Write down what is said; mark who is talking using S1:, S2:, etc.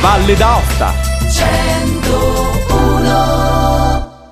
S1: Valle d'Aosta.